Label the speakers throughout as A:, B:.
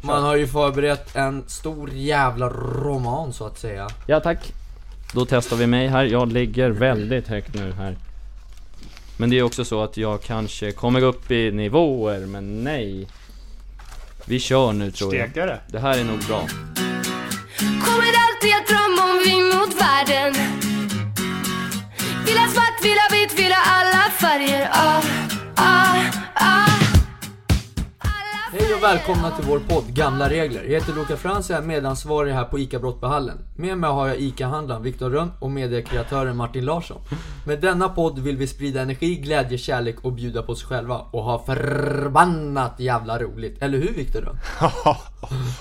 A: Man har ju förberett en stor jävla roman så att säga.
B: Ja tack. Då testar vi mig här. Jag ligger väldigt högt nu här. Men det är också så att jag kanske kommer upp i nivåer, men nej. Vi kör nu tror jag.
C: Stekare.
B: Det här är nog bra.
D: Kommer alltid att drömma om vi mot världen Vill ha svart, vill ha vitt, vill ha alla färger ah, ah, ah. Alla
A: Hej och
D: färger.
A: välkomna till vår podd Gamla Regler. Jag heter Luca Frans och jag är medansvarig här på ICA Brottbyhallen. Med mig har jag ICA-handlaren Viktor Rönn och mediekreatören Martin Larsson. Med denna podd vill vi sprida energi, glädje, kärlek och bjuda på oss själva och ha förbannat jävla roligt. Eller hur Viktor Rönn?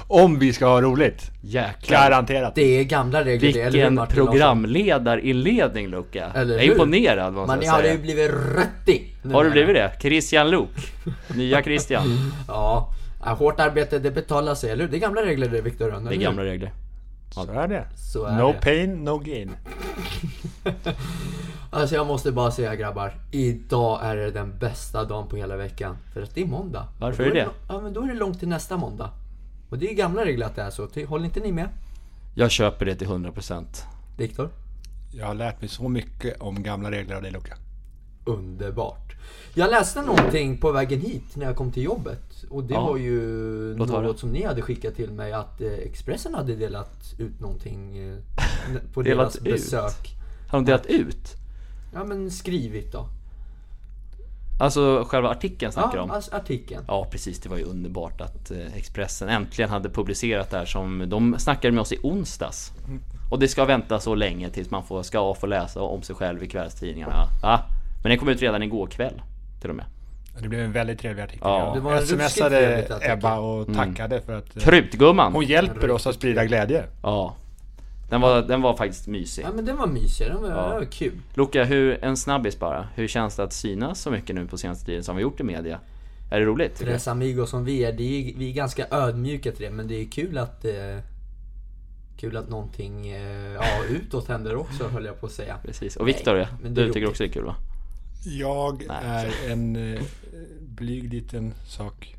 C: Om vi ska ha roligt.
B: Jäklar.
C: Garanterat.
A: Det är gamla regler det, eller hur
B: Vilken
A: Martin Larsson?
B: programledarinledning Luca. Jag
A: Eller
B: är
A: hur?
B: imponerad måste
A: Men ni
B: jag
A: hade ju
B: säga.
A: blivit röttig. nu
B: Har du
A: när-
B: blivit det? Christian Luuk. Nya Christian.
A: Ja. Ja, Hårt arbete det betalar sig, eller hur? Det är gamla regler det Viktor Rönn,
B: Det är
A: eller hur?
B: gamla regler.
C: Så är det.
A: Så är
C: no
A: det.
C: pain, no gain.
A: Alltså jag måste bara säga grabbar, idag är det den bästa dagen på hela veckan. För att det är måndag.
B: Varför
A: Och då
B: är det?
A: lång- Ja men då är det långt till nästa måndag. Och det är ju gamla regler att det är så, Ty- håller inte ni med?
B: Jag köper det till 100%.
A: Viktor?
C: Jag har lärt mig så mycket om gamla regler av dig Luca.
A: Underbart. Jag läste någonting på vägen hit när jag kom till jobbet. Och det
B: Ja.
A: var ju
B: Låt höra.
A: något som ni hade skickat till mig att eh, Expressen hade delat ut någonting eh, n- på
B: Delat
A: deras
B: ut?
A: besök.
B: Har de delat ut?
A: Ja men skrivit då.
B: Alltså själva artikeln snackar
A: Ja,
B: om?
A: alltså artikeln.
B: Ja precis, det var ju underbart att eh, Expressen äntligen hade publicerat det här som de snackade med oss i onsdags. Och det ska vänta så länge tills man får, ska få läsa om sig själv i kvällstidningarna. Ah, men den kom ut redan igår kväll till och med.
C: Det blev en väldigt trevlig artikel.
B: Ja.
A: Det
C: Jag
A: var en ruskigt
C: smsade
A: trevlig artikel. Mm.
C: Ebba och tackade för att eh, hon
B: Krutgumman!
C: hjälper oss att sprida glädje.
B: Ja. Den var, den var faktiskt mysig.
A: Ja men den var mysig, den var, den var kul.
B: Luca, hur, en snabbis bara. Hur känns det att synas så mycket nu på senaste tiden som vi gjort i media? Är det roligt?
A: Tres amigos som vi är, det är, vi är ganska ödmjuka till det men det är kul att eh, Kul att någonting eh, ja, utåt händer också höll jag på att säga.
B: Precis. Och Viktor, ja,
A: men det är
B: du tycker
A: roligt.
B: också det är kul va?
C: Jag är en eh, blyg liten sak.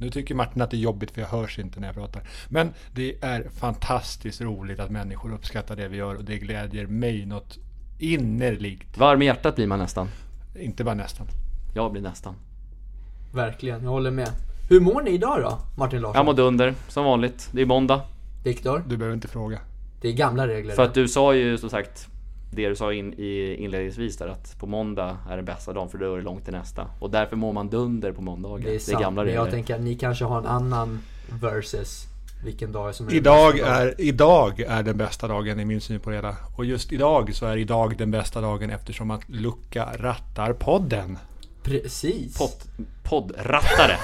C: Nu tycker Martin att det är jobbigt för jag hörs inte när jag pratar. Men det är fantastiskt roligt att människor uppskattar det vi gör och det glädjer mig något innerligt.
B: Varm i hjärtat blir man nästan.
C: Inte bara nästan.
B: Jag blir nästan.
A: Verkligen, jag håller med. Hur mår ni idag då? Martin
B: Jag
A: Larsson?
B: mår dunder, som vanligt. Det är måndag.
A: Viktor?
C: Du behöver inte fråga.
A: Det är gamla regler.
B: För att du sa ju som sagt det du sa in, i inledningsvis där att på måndag är den bästa dagen för då är det långt till nästa. Och därför mår man dunder på måndagar.
A: det är sant.
B: gamla
A: men jag
B: regler.
A: tänker att ni kanske har en annan versus vilken dag som är den
C: Idag
A: bästa dagen.
C: är, idag är den bästa dagen i min syn på det hela. Och just idag så är idag den bästa dagen eftersom att Luca rattar podden.
A: Precis.
B: Pott, poddrattare.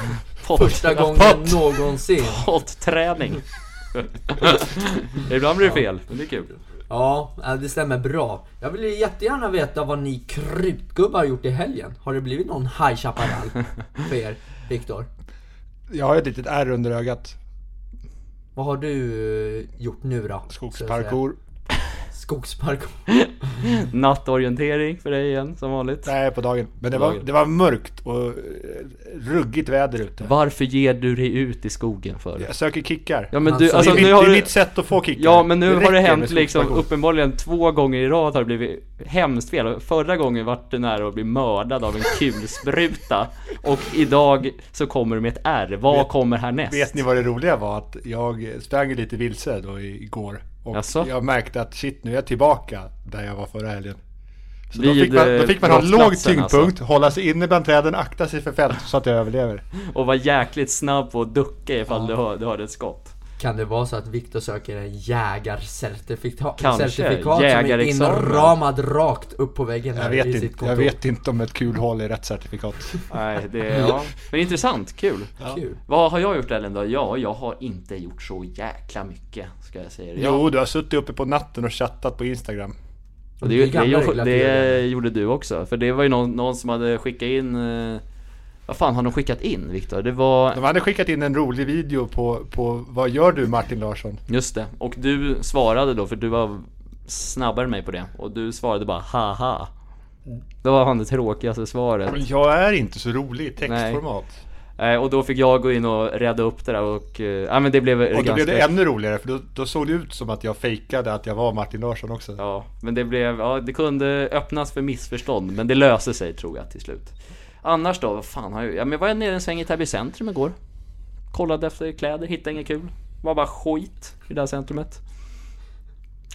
B: Pott,
A: Första gången
C: Pott.
A: någonsin.
B: Potträning. Ibland blir det fel, men det är kul.
A: Ja, ja, det stämmer bra. Jag vill ju jättegärna veta vad ni krutgubbar har gjort i helgen. Har det blivit någon High Chaparral för er, Viktor?
C: Jag har ett litet ärr under ögat.
A: Vad har du eh, gjort nu då? Så att
C: Skogsparkour.
A: säga. Skogsparkour.
B: Nattorientering för dig igen, som vanligt.
C: Nej, på dagen. Men det
B: På
C: var,
B: dagen.
C: det var mörkt och eh, ruggigt väder ute.
B: Varför ger du dig ut i skogen för?
C: Jag söker kickar.
B: Ja men
A: Alltså,
B: du,
A: det är
B: alltså
C: det är,
B: nu
C: mitt,
B: har
C: det är
B: du...
C: mitt sätt att få kickar.
B: Ja men nu har det
C: räcker
B: hänt
C: med
B: liksom
C: skogsparkour.
B: uppenbarligen två gånger i rad har det blivit hemskt fel. Förra gången vart det nära att bli mördad av en kulspruta. Och idag så kommer du med ett R. Vad
C: Vet-
B: kommer härnäst?
C: Vet ni vad det roliga var? Att jag sprang lite vilse då i- igår. Och
B: Jaså?
C: jag märkte att shit, nu är jag tillbaka där jag var förra helgen. Så då
B: Vid,
C: fick man, då
B: eh,
C: fick man ha låg
B: brottsplatsen, alltså.
C: tyngdpunkt, hålla sig inne bland träden, akta sig för fält så att jag överlever.
B: Och var jäkligt snabb på att ducka ifall du, hör, du hörde ett skott.
A: Kan det vara så att Viktor söker en jägarcertifikat
B: Kanske.
A: certifikat som är
B: Jägarexamen.
A: inramad rakt upp på väggen
C: Jag
A: här
C: vet,
A: i sitt
C: inte, jag
A: kontor?
C: vet inte om ett kulhål är rätt certifikat.
B: Nej, det är... Ja. Men intressant, kul.
A: Kul.
B: Vad har jag gjort Ellen då? Ja, jag har inte gjort så jäkla mycket, ska jag säga. Jag,
C: Jo, du har suttit uppe på natten och chattat på Instagram.
B: Och det,
A: Det
B: det,
A: är gamla regler
B: gjorde,
A: att göra
B: det gjorde du också, för det var ju någon, någon som hade skickat in... eh, Vad fan har de skickat in Viktor? Det var...
C: De hade skickat in en rolig video på, på vad gör du Martin Larsson?
B: Just det, och du svarade då för du var snabbare än mig på det och du svarade bara haha Det var han det tråkigaste svaret
C: Jag är inte så rolig i textformat.
B: Eh, Och då fick jag gå in och rädda upp det där och... eh, Ja men det blev
C: Och då
B: ganska...
C: blev det ännu roligare för då, då såg det ut som att jag fejkade att jag var Martin Larsson också.
B: Ja, men det blev... Ja, det kunde öppnas för missförstånd men det löser sig tror jag till slut. Annars då, vad fan har jag... Ja men var jag nere en sväng i Täby centrum igår. Kollade efter kläder, hittade inget kul. Var bara skit i det här centrumet.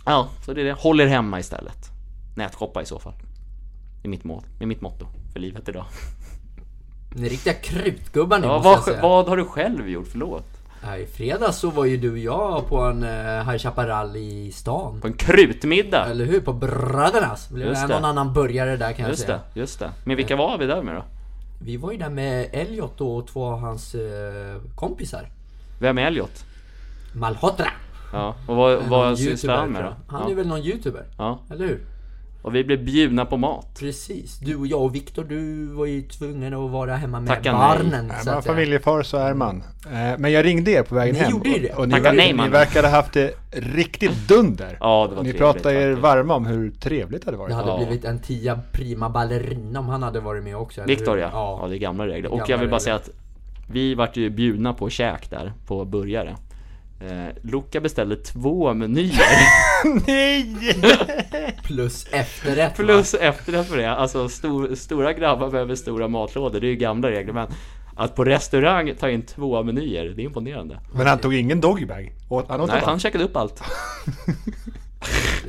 B: Ja, så det är det. Håll er hemma istället. Nätshoppa i så fall. Det är mitt, mål, det är mitt motto för livet idag.
A: Ni är riktiga krutgubbar ni
B: Ja,
A: måste jag
B: vad,
A: säga.
B: vad har du själv gjort? Förlåt.
A: Ja, I fredags så var ju du och jag på en eh, High Chaparral i stan.
B: På en krutmiddag!
A: Eller hur? På Brödernas. Blev
B: Just
A: det
B: det.
A: någon annan burgare där kan jag
B: Just
A: säga.
B: det, just det. Men vilka var vi där med då?
A: Vi var ju där med Elliot och två av hans eh, kompisar.
B: Vem är Elliot?
A: Malhotra!
B: Ja, och vad,
A: Någon
B: vad sysslar han
A: YouTuber,
B: med
A: tror
B: då?
A: jag. Han
B: Ja.
A: är väl någon YouTuber?
B: ja.
A: Eller hur?
B: Och vi blev bjudna på mat.
A: Precis. Du och jag och Viktor, du var ju tvungen att vara hemma med
B: Tacka nej.
A: barnen.
C: Är
A: så
C: man
A: att säga.
C: familjefar så är man. Eh, Men jag ringde er på vägen
A: Ni
C: hem.
A: gjorde ju det.
C: Och, och ni,
B: Tacka
C: verkar-
B: nej, man.
C: ni verkar ha haft det riktigt dunder.
B: Ja, det var
C: ni
B: trevligt
C: pratar er
B: faktiskt.
C: varma om hur trevligt det hade varit.
A: Det hade
B: Ja.
A: blivit en tia prima ballerina om han hade varit med också. eller hur?
B: Viktor ja.
A: ja.
B: ja, det är gamla regler.
A: Gamla
B: Och jag vill bara
A: regler.
B: säga att vi vart ju bjudna på käk där, på burgare. Eh, Luca beställde två menyer
C: Nej!
A: Plus efterrätt. va?
B: plus efterrätt för det. Alltså stor, stora grabbar behöver stora matlådor, det är ju gamla regler men att på restaurang ta in två menyer, det är imponerande.
C: Men han tog ingen doggybag? Åt- Han åt
B: Nej,
C: bara-
B: han käkade upp allt.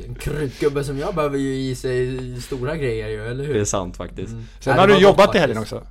A: En krutgubbe som jag behöver ju i sig stora grejer ju, eller
B: Det är
A: hur?
B: sant faktiskt.
C: Sen
A: Nej, det
C: har du
A: var gott
C: jobbat i helgen
A: faktiskt.
C: också.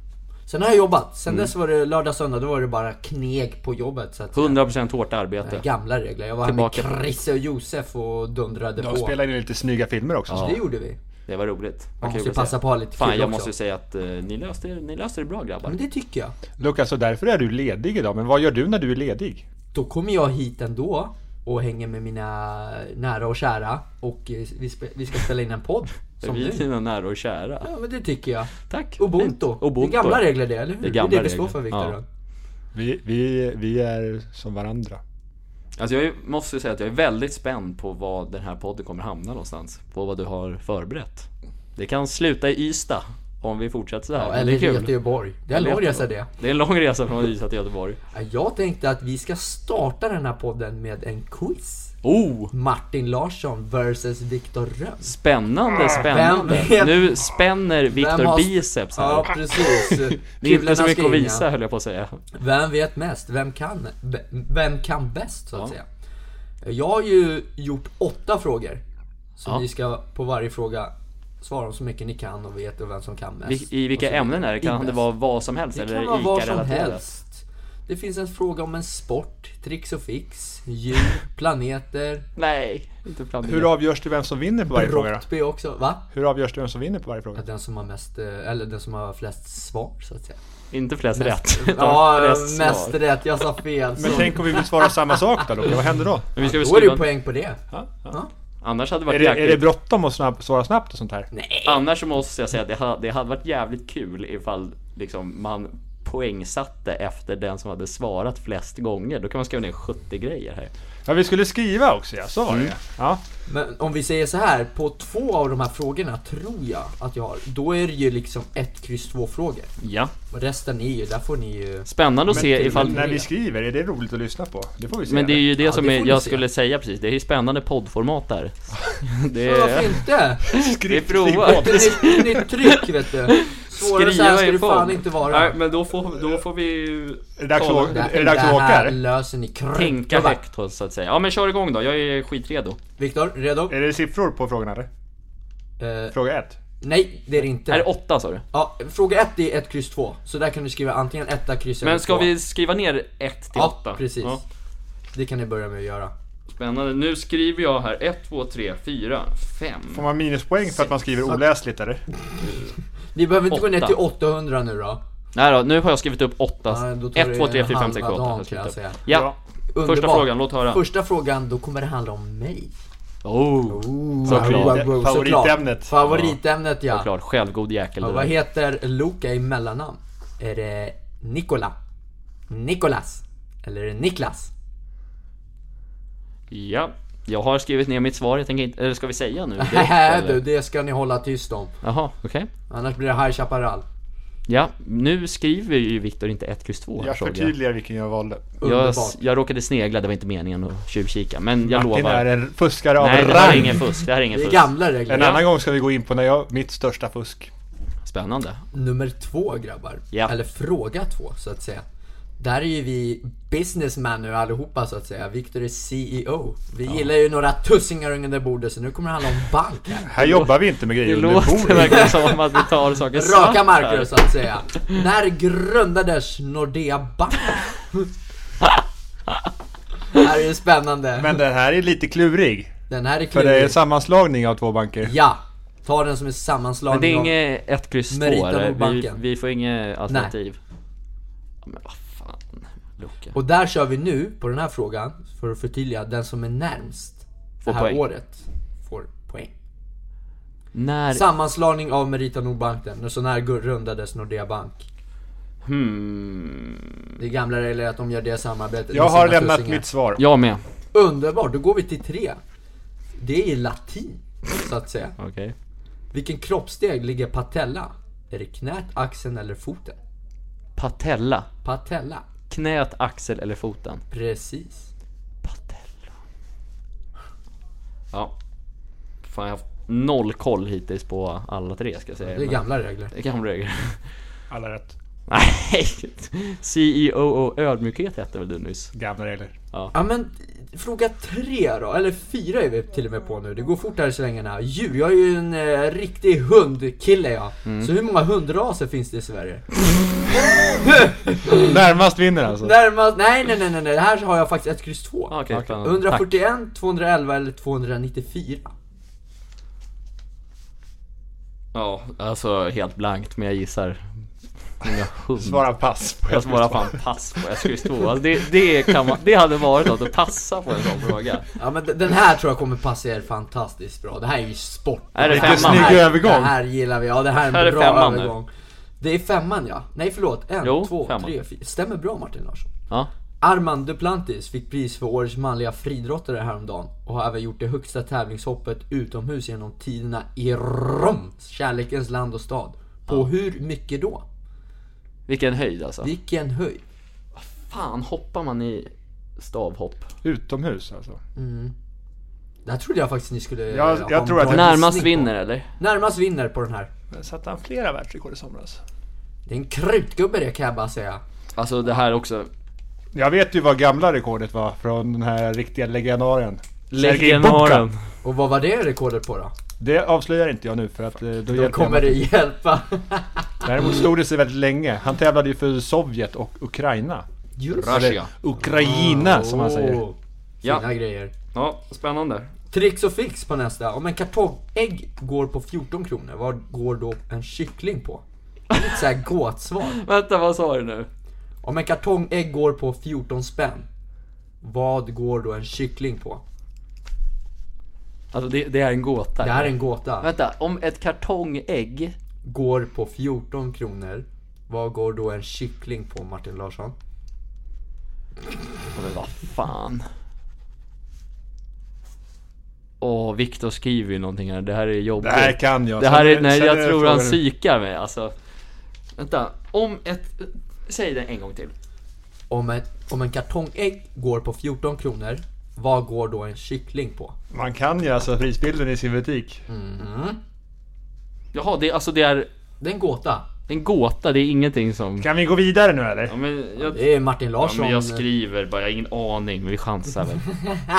A: Sen har jag jobbat. Sen
B: Mm.
A: dess var det lördag, söndag, då var det bara kneg på jobbet. Så att säga.
B: 100% hårt
A: Det är
B: arbete.
A: Gamla regler. Jag var här med
B: Tillbaka.
A: Krisse och Josef och dundrade på.
C: De spelade in lite snygga filmer också.
A: Så det gjorde vi.
B: Det var roligt. Vad
A: Man
B: kul
A: måste ju
B: att se.
A: passa på att ha lite
B: Fan,
A: kul
B: jag
A: också.
B: måste säga att eh, ni, löste, ni löste det bra grabbar.
A: Men det tycker jag.
C: Lukas, så därför är du ledig idag. Men vad gör du när du är ledig?
A: Då kommer jag hit ändå och hänger med mina nära och kära och eh, vi, spe- vi ska spela in en podd. Som
B: vi är
A: nu.
B: dina nära och kära.
A: Ja men det tycker jag.
B: Tack!
A: Ubuntu.
B: Fint. Ubuntu.
A: Det är gamla regler det, eller hur?
B: Det
A: Det
B: är
A: är,
B: gamla
A: det vi står
B: regler.
A: för Viktor.
B: Ja.
A: då.
C: Vi, vi, vi är som varandra.
B: Alltså jag är- måste ju säga att jag är väldigt spänd på vad den här podden kommer hamna någonstans. På vad du har förberett. Det kan sluta i Ystad om vi fortsätter så här.
A: Ja,
B: Men
A: eller
B: det är kul.
A: Göteborg. Det är en lång resa det.
B: Det är en lång resa från Ystad till Göteborg.
A: Ja, Jag tänkte att vi ska starta den här podden med en quiz.
B: Oh!
A: Martin Larsson vs Viktor Rönn.
B: Spännande, spännande.
A: Vem vet?
B: Nu spänner Viktor
A: Vem har-
B: biceps här.
A: Ja, precis.
B: det är inte
A: Kulorna
B: så mycket
A: ska
B: att
A: in,
B: visa
A: ja.
B: höll jag på att säga.
A: Vem vet mest? Vem kan, b- vem kan bäst, så att
B: Ja.
A: säga? Jag har ju gjort åtta frågor. Så
B: Ja.
A: ni ska på varje fråga svara så mycket ni kan och vet och vem som kan
B: Vi-
A: mest.
B: I vilka
A: Och så vidare.
B: ämnen är det? Kan det
A: bäst.
B: vara vad som helst?
A: Det
B: eller
A: kan vara vad som
B: ICA-relaterat?
A: helst. Det finns en fråga om en sport, tricks och fix, djur, planeter,
B: Nej, inte planerat.
C: Hur avgörs det vem som vinner på varje fråga då?
A: Brottby också. Va?
C: Hur avgörs det vem som vinner på varje fråga?
A: Att Den som har mest, eh, eller den som har flest svar så att säga.
B: Inte flest rätt. utan
A: Ja, eh,
B: flest svar.
A: mest rätt. Jag sa fel. Så.
C: Men tänk om vi vill svara samma sak då Lukas, vad händer då?
B: Men vi ska väl
A: Då är det
B: skriva...
A: ju poäng på det.
B: Annars hade det
C: Är
B: varit
C: det, är det
B: jäkligt...
C: bråttom att snabb, svara snabbt och sånt här?
B: Annars så måste jag säga att det hade, det hade varit jävligt kul ifall liksom man poängsatte efter den som hade svarat flest gånger. Då kan man skriva ner 70 grejer här.
C: Ja, vi skulle skriva också ja, så var det ja.
A: Men om vi säger så här, på två av de här frågorna tror jag att jag har. Då är det ju liksom ett kryss två frågor.
B: Ja.
A: Och resten är ju, där får ni ju...
B: Spännande att se
C: Men
B: ifall...
C: när vi skriver, är det roligt att lyssna på? Det får vi se.
B: Men det är ju det
A: Ja,
B: som
A: det
B: är,
A: får ni
B: jag
A: se.
B: skulle säga precis. Det är ju spännande poddformat där. Det
A: Men varför
B: är...
A: inte?
B: Vi provar.
A: Det är nytt- nytt tryck vet du. Svårare så här ska det fan inte vara.
B: Nej, men då får, då får vi ju...
C: Är det dags att,
B: Kolla.
C: åka- är det dags att åka?
A: här
C: här?
A: löser ni krr.
B: Tänka
A: Baba.
B: högt då, så att säga. Ja men kör igång då, jag är skitredo.
A: Viktor, redo?
C: Är det siffror på frågorna eller?
A: Eh,
C: Fråga ett.
A: nej, det är det inte.
B: Är det åtta sa du?
A: Ja, fråga 1 är 1, kryss 2. Så där kan du skriva antingen 1, kryss eller
B: Men ska
A: två.
B: vi skriva ner 1 till 8?
A: Ja, precis. Det kan ni börja med att göra.
B: Spännande. Nu skriver jag här 1, 2, 3, 4, 5.
C: Får man minuspoäng för att man skriver oläsligt eller?
A: Ni behöver inte gå ner
B: Åtta.
A: till 800 nu då.
B: Nej då, nu har jag skrivit upp 8.
A: Ja, då tar
B: 1,
A: det
B: 2, 3, 4, 5,
A: halva
B: 6, 8.
A: dagen,
B: Jag skriver
A: kan
B: upp.
A: jag säga.
B: Ja, första
A: Underbart.
B: frågan, låt höra.
A: Första frågan, då kommer det handla om mig.
B: Oh,
A: Wow, wow, wow, såklart.
C: favoritämnet.
A: Favoritämnet ja.
B: såklart. Självgod jäkel
A: ja
B: det
A: vad
B: där.
A: heter Luka i mellannamn? Är det Nikola? Nikolas? Eller är det Niklas?
B: Ja, jag har skrivit ner mitt svar. Jag tänker inte... Eller ska vi säga nu? direkt,
A: Nej
B: eller?
A: du, det ska ni hålla tyst om.
B: Jaha, okej.
A: Annars blir det High Chaparral.
B: Ja, nu skriver ju Viktor inte 1, kryss 2 här
C: Jag
B: såg jag.
C: förtydligar vilken jag valde.
B: Jag,
A: Underbart.
B: jag råkade snegla, det var inte meningen att tjuvkika, men jag
C: Martin är
B: lovar.
C: en fuskare av
B: Nej, det här är
C: rang.
B: ingen fusk, det här är ingen
A: Det är
B: fusk.
A: gamla regler.
C: En annan gång ska vi gå in på när jag, mitt största fusk.
B: Spännande.
A: Nummer två grabbar.
B: Ja.
A: Eller fråga två så att säga. Där är ju vi businessman nu allihopa så att säga. Viktor är CEO. Vi gillar ju några tussingar under bordet så nu kommer det handla om bank här.
C: Här jobbar vi inte med
B: Det
C: grejer under
B: låter
C: bordet.
B: verkligen som att vi tar saker svart
A: Raka
B: här.
A: marker så att säga. När grundades Nordea Bank? det här är ju spännande.
C: Men den här är lite klurig.
A: den här är
C: För
A: klurig.
C: det är sammanslagning av två banker.
A: Ja! Ta den som en
B: Men det är
A: sammanslagning av-
B: inget 1, kryss 2
A: Merita
B: eller?
A: mot
B: Vi,
A: banken.
B: vi får inget alternativ. Ja, Men vad fan, Luca.
A: Och där kör vi nu på den här frågan, för att förtydliga, den som är närmst
B: Får
A: det här
B: poäng.
A: året får poäng.
B: När...
A: Sammanslagning av Merita Nordbank den, och så när gu- rundades Nordea Bank.
B: Hmm.
A: Det är gamla regler att de gör det samarbetet.
C: Jag
A: med
C: har
A: sina
C: lämnat
A: tussingar.
C: mitt svar.
B: Jag med.
A: Underbart, då går vi till tre. Det är latin, så att säga.
B: Okej.
A: Vilken kroppsdel ligger patella? Är det knät, axeln eller foten?
B: Patella.
A: Patella.
B: Knät, axel eller foten?
A: Precis.
B: Patella. Ja. Fan, jag har haft noll koll hittills på alla tre ska jag säga.
A: Det är
B: Men-
A: gamla regler.
B: Det är gamla regler.
C: Alla rätt.
B: Nej! CEO ödmjukhet hette väl du nyss?
C: Gamla regler.
A: Ja men fråga tre då, eller fyra är vi till och med på nu. Det går fort här i svängarna. Djur, jag är ju en eh, riktig hundkille jag. Så hur många hundraser finns det i Sverige?
C: Närmast vinner alltså.
A: Närmast, nej nej nej nej, nej. här har jag faktiskt ett kryss två.
B: Ah, Okej, spännande.
A: 141, 211 eller 294?
B: Ja, alltså helt blankt, men jag gissar... Många hund.
C: Svara pass. På
B: Jag
C: ett
B: svarar
C: svar.
B: fan pass på SKS 2. Alltså det, det, kan man, det hade varit något att passa på en sån fråga.
A: Ja men d- den här tror jag kommer passa er fantastiskt bra. Det här är ju sport.
B: Är det
A: här-
B: femman?
A: här-
C: Snygg övergång.
A: Det här gillar vi, ja det här är en
B: Här är
A: bra
B: femman nu.
A: övergång. Det är femman ja. Nej förlåt, en,
B: Jo,
A: två,
B: femman.
A: tre, fyra. Stämmer bra Martin Larsson.
B: Ja.
A: Armand Duplantis fick pris för årets manliga friidrottare häromdagen och har även gjort det högsta tävlingshoppet utomhus genom tiderna i Rom, kärlekens land och stad. På hur mycket då?
B: Vilken höjd alltså.
A: Vilken höjd?
B: Fan, hoppar man i stavhopp?
C: Utomhus alltså.
A: Där trodde jag faktiskt ni skulle eh,
C: Jag-
A: ha
C: jag
A: en
C: tror att
A: bra
C: det-
B: Närmast
A: gissning på.
B: vinner eller?
A: Närmast vinner på den här.
C: Men satte han flera världsrekord i somras?
A: Det är en krutgubbe det kan jag bara säga.
B: Alltså det här också.
C: Jag vet ju vad gamla rekordet var från den här riktiga legendaren. Sergej
B: Legendaren.
C: Bubka.
A: Och vad var det rekordet på då?
C: Det avslöjar inte jag nu för att eh, då
A: Då
C: hjälper jag
A: kommer
C: mig.
A: det hjälpa.
C: Däremot stod det sig väldigt länge. Han tävlade ju för Sovjet och Ukraina.
A: Just
B: Russia. Ah.
C: Ukraina som man säger.
A: Åh,
B: Oh. Ja.
A: Fina grejer.
B: Ja, spännande.
A: Tricks och fix på nästa. Om en kartongägg går på 14 kronor, vad går då en kyckling på? Det är lite såhär gåtsvar.
B: Vänta, vad sa du nu?
A: Om en kartongägg går på 14 spänn, vad går då en kyckling på?
B: Alltså det, det är en gåta.
A: Det här är en gåta.
B: Vänta, om ett kartongägg
A: Går på 14 kronor, vad går då en kyckling på Martin Larsson?
B: Ja, Men vad fan. Åh, Viktor skriver ju någonting här. Det här är jobbigt.
C: Det här kan jag.
B: Det här är,
C: Sen-
B: nej,
C: sen
B: jag
C: är
B: tror han
C: frågan-
B: psykar mig alltså. Vänta, om ett... Säg det en gång till.
A: Om en, om en kartongägg går på 14 kronor, vad går då en kyckling på?
C: Man kan ju alltså prisbilden i sin butik.
B: Mm. Jaha, det, alltså det är
A: Det är en gåta.
B: det är en gåta, det är ingenting som...
C: Kan vi gå vidare nu eller?
B: Ja, men jag,
A: Det är Martin
B: ja,
A: Larsson.
B: men jag skriver bara, jag har ingen aning, men vi chansar väl.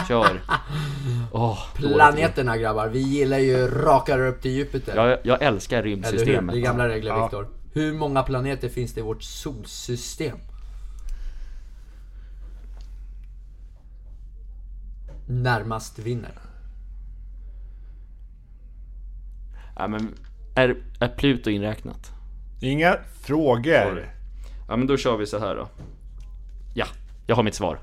B: Kör. Åh, dåligt.
A: Planeterna grabbar, vi gillar ju raka rör upp till Jupiter.
B: Jag, jag älskar
A: Eller hur? Det är
B: rymdsystemet.
A: gamla regler
C: Ja.
A: Viktor. Hur många planeter finns det i vårt solsystem? Närmast vinner.
B: Ja, men är, är Pluto inräknat?
C: Inga
B: Sorry.
C: frågor.
B: Ja men då kör vi så här då. Ja, jag har mitt svar.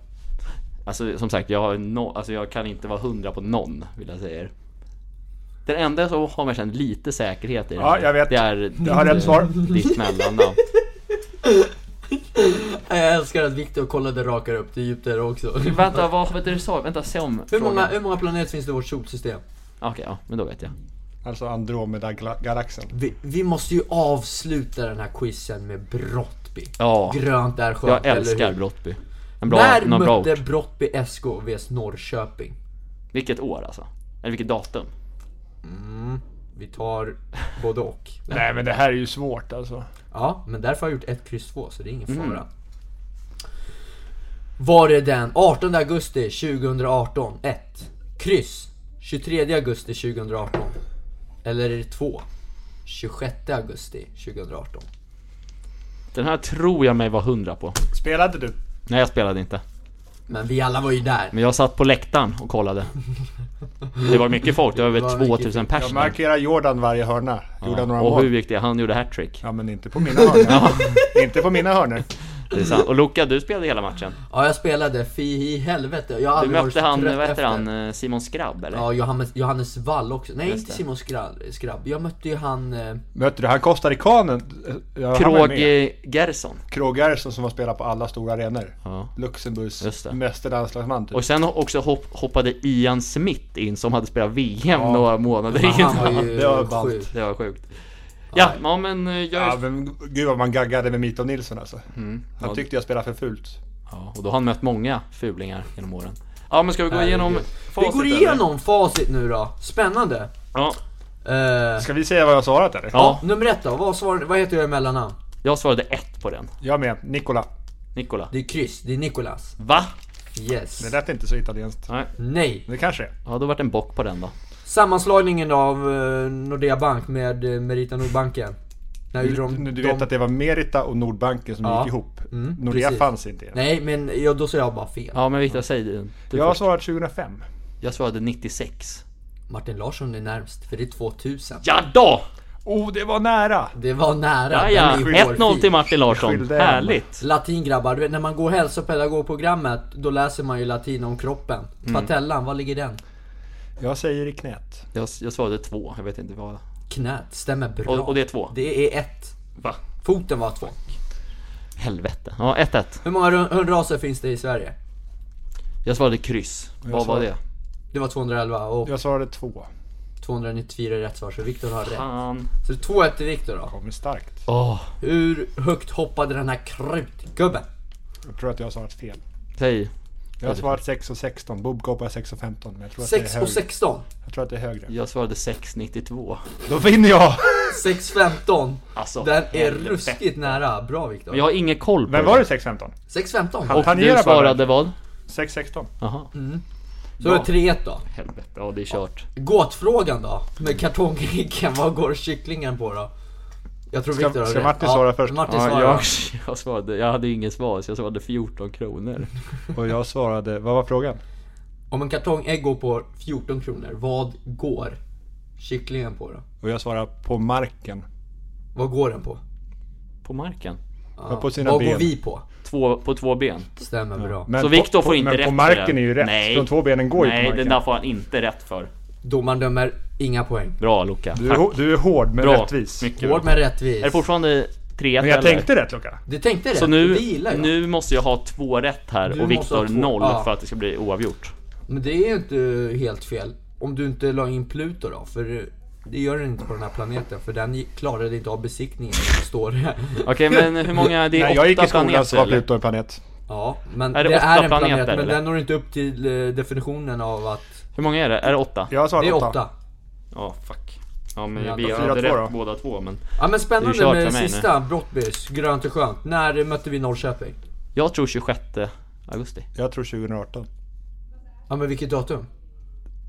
B: Alltså som sagt, jag, har no, alltså, jag kan inte vara hundra på någon, vill jag säga er. Den enda som har man känt lite säkerhet i det
C: Ja,
B: här,
C: jag vet.
B: Det är
C: Jag har rätt svar.
B: ditt mellannamn.
A: Jag älskar att Viktor kollade raka upp till Jupiter också.
B: Vänta, vad var det du sa? Vänta, se om
A: Hur
B: frågan.
A: många, hur många planeter finns det i vårt solsystem?
B: Okej, ja, men då vet jag.
C: Alltså Andromeda-galaxen.
A: Vi, vi måste ju avsluta den här quizen med Brottby.
B: Ja.
A: Grönt är skönt,
B: Jag
A: eller
B: älskar
A: hur?
B: Brottby. En bra,
A: När
B: någon bra
A: mötte
B: ort.
A: Brottby SKVs Norrköping?
B: Vilket år alltså? Eller vilket datum?
A: Vi tar både och.
C: Nej men det här är ju svårt alltså.
A: Ja, men därför har jag gjort ett kryss två, så det är ingen
B: Mm.
A: fara. Var det den 18 augusti 2018? 1. Kryss. 23 augusti 2018. Eller är det 2? 26 augusti 2018.
B: Den här tror jag mig var hundra på.
C: Spelade du?
B: Nej, jag spelade inte.
A: Men vi alla var ju där.
B: Men jag satt på läktaren och kollade. Det var mycket folk, det var
A: Det var
B: över
A: mycket
B: 2000
C: Jag
B: pers där.
C: markerar Jordan varje hörna. Gjorde han några
B: Och
C: mål?
B: hur gick det? Han gjorde hattrick.
C: Ja men inte på mina hörnor. inte på mina hörnor.
B: Det är sant. Och Luka, du spelade hela matchen.
A: Ja, jag spelade. Fi i helvete. Jag har
B: Du
A: aldrig varit
B: mötte
A: så
B: han,
A: trött
B: vad heter
A: efter.
B: han, eh, Simon Skrabb eller?
A: Ja, Johannes, Johannes Wall också. Nej,
B: Just
A: inte
B: det.
A: Simon Skra- Skrabb. Jag mötte ju han... Eh,
C: Mötte du han kostarikanen? Ja, han är med.
B: Krog Gerson.
C: Krog Gerson som har spelat på alla stora arenor.
B: Ja. Just
C: Luxemburgs
B: det.
C: meste landslagsman typ.
B: Och sen också hop- hoppade Ian Smith in som hade spelat VM några månader
A: han var
B: innan.
A: ju
C: det var ballt.
A: sjuk.
B: Det var sjukt. Ja, ja men eh, jag...
C: Ja, men, gud vad man gaggade med Mito Nilsson alltså.
B: Mm.
C: Han tyckte jag spelade för fult.
B: Ja, och då har han mött många fulingar genom åren. Ja men ska vi gå igenom
A: Vi
B: facit,
A: går
B: eller?
A: igenom facit nu då. Spännande.
B: Ja.
A: Eh,
C: Ska vi säga vad jag har svarat eller?
B: ja,
A: Nummer ett då, vad, svar, vad heter jag i mellannamn?
B: jag svarade ett på den.
C: Jag med, Nicola.
B: Nikola.
A: Det är kryss, det är Nicolas.
B: Va?
A: Yes.
C: Det lät inte så italienskt.
B: Nej.
A: Nej.
C: Det kanske är.
B: Ja, då vart det en bock på den då.
A: Sammanslagningen av eh, Nordea Bank med eh, Merita Nordbanken. När gjorde de,
C: Du, du
A: de,
C: vet att det var Merita och Nordbanken som
A: Ja.
C: gick ihop.
A: Mm,
C: Nordea
A: precis.
C: fanns inte. än.
A: Nej men ja, då sa jag bara fel.
B: Ja men Viktor, säg du. du
C: Jag har
B: jag...
C: svarat 2005.
B: jag svarade 96.
A: Martin Larsson är närmst, för det är 2000.
B: Ja då!
C: Oh, det var nära!
A: Det var
B: Ja,
A: nära.
B: ja.
A: den är i år
B: 1-0
A: fin.
B: till Martin Larsson.
C: Skyldig hemma.
B: Härligt!
A: Latingrabbar, du vet, när man går hälsopedagogprogrammet då läser man ju latin om kroppen.
C: Mm.
A: Patellan, var ligger den?
C: Jag säger i knät.
B: Jag, jag svarade två, jag vet inte vad.
A: Knät, stämmer bra.
B: Och, och det är två.
A: Det är ett.
B: Va?
A: Foten var två.
B: Helvete. Ja, 1-1.
A: Hur många rund- hundraser finns det i Sverige?
B: Jag svarade kryss. Vad var
C: svarade-
B: det?
A: Det var 211 och
C: Jag svarade två.
A: 294 är rätt svar, så Viktor har rätt.
B: Fan.
A: Så 2-1 till Viktor då.
C: Kommer starkt.
B: Åh,
A: Hur högt hoppade den här krutgubben?
C: Jag tror att jag har svarat fel.
B: säg.
C: Jag har svarat 6 och 16. Bobkopp har 6 och 15. Men jag tror, att det är
A: 6
C: högre.
A: och 16.
C: jag tror att det är högre.
B: Jag svarade 6,92.
C: Då vinner jag!
A: 6 15.
B: Alltså,
A: Den är
B: helvete.
A: ruskigt nära. Bra
B: Men
A: Viktor.
B: jag har ingen koll på
C: Men var det 6 15?
A: 6 15.
C: Ja.
B: Och
C: Han ger
B: du
C: bara-
B: svarade vad?
C: 6 16.
B: Jaha.
A: Mm. Så det var 3-1 då.
B: Helvete, ja det är kört.
A: Gåtfrågan då. Med kartongkriken, vad går kycklingen på då? Jag tror
C: Ska-
A: Viktor har
C: ska
A: rätt.
C: Martin
A: Ja,
C: svara först?
A: Martin
B: Ja,
A: svarar.
B: jag, jag, svarade, jag hade ingen svar så jag svarade 14 kronor.
C: Och jag svarade, vad var frågan?
A: Om en kartong ägg går på 14 kronor, vad går kycklingen på då?
C: Och jag svarade på marken.
A: Vad går den på?
B: På marken.
A: Ja,
C: på sina
A: vad går
C: ben.
A: vi på?
B: Två, på två ben.
A: Stämmer bra.
C: Men
B: Så
C: på-
B: Viktor får
C: på-
B: inte
C: men
B: rätt
C: på
B: för
C: marken
B: det.
C: är ju rätt.
B: Nej.
C: De två benen går ju
B: Nej,
C: på
B: den
C: marken.
B: där får han inte rätt för.
A: Domaren dömer inga poäng.
B: Bra Luka.
C: du, är,
B: Tack.
C: hå- du är hård men
B: Bra.
C: rättvis.
B: Mycket bra.
A: Hård men rättvis.
B: Är det fortfarande 3
C: Men jag tänkte rätt Luka.
A: Du tänkte det?
B: Så nu,
A: det gillar jag.
B: nu måste jag ha två rätt här
A: Du
B: och
A: måste ha
B: Viktor
A: två.
B: noll
A: Ja.
B: för att det ska bli oavgjort.
A: Men det är ju inte helt fel. Om du inte la in Pluto då, för det gör den inte på den här planeten. För den gick- klarade inte av besiktningen, står det.
B: Okej, men hur många? Det är
C: Nej,
B: åtta
C: jag gick i skolan
B: planeter
C: så var
B: eller?
C: Pluto en planet.
A: Ja, men
B: Är det
A: det,
B: åtta
A: är en planet,
B: planeter,
A: men
B: eller?
A: den når inte upp till eh, definitionen av att...
B: Hur många är det? Är det åtta? Ja,
C: Jag svarade
A: Det är
C: åtta.
A: åtta.
B: fuck. Ja, men
A: Ja,
B: vi
A: då.
B: hade
C: Fyra, två
B: rätt
C: då.
B: båda två, men...
A: Ja men
B: Det är kört
A: spännande med
B: för mig nu.
A: sista, Brottbys, grönt och skönt. När mötte vi Norrköping?
B: Jag tror 26 augusti.
C: Jag tror 2018.
A: Ja men vilket datum?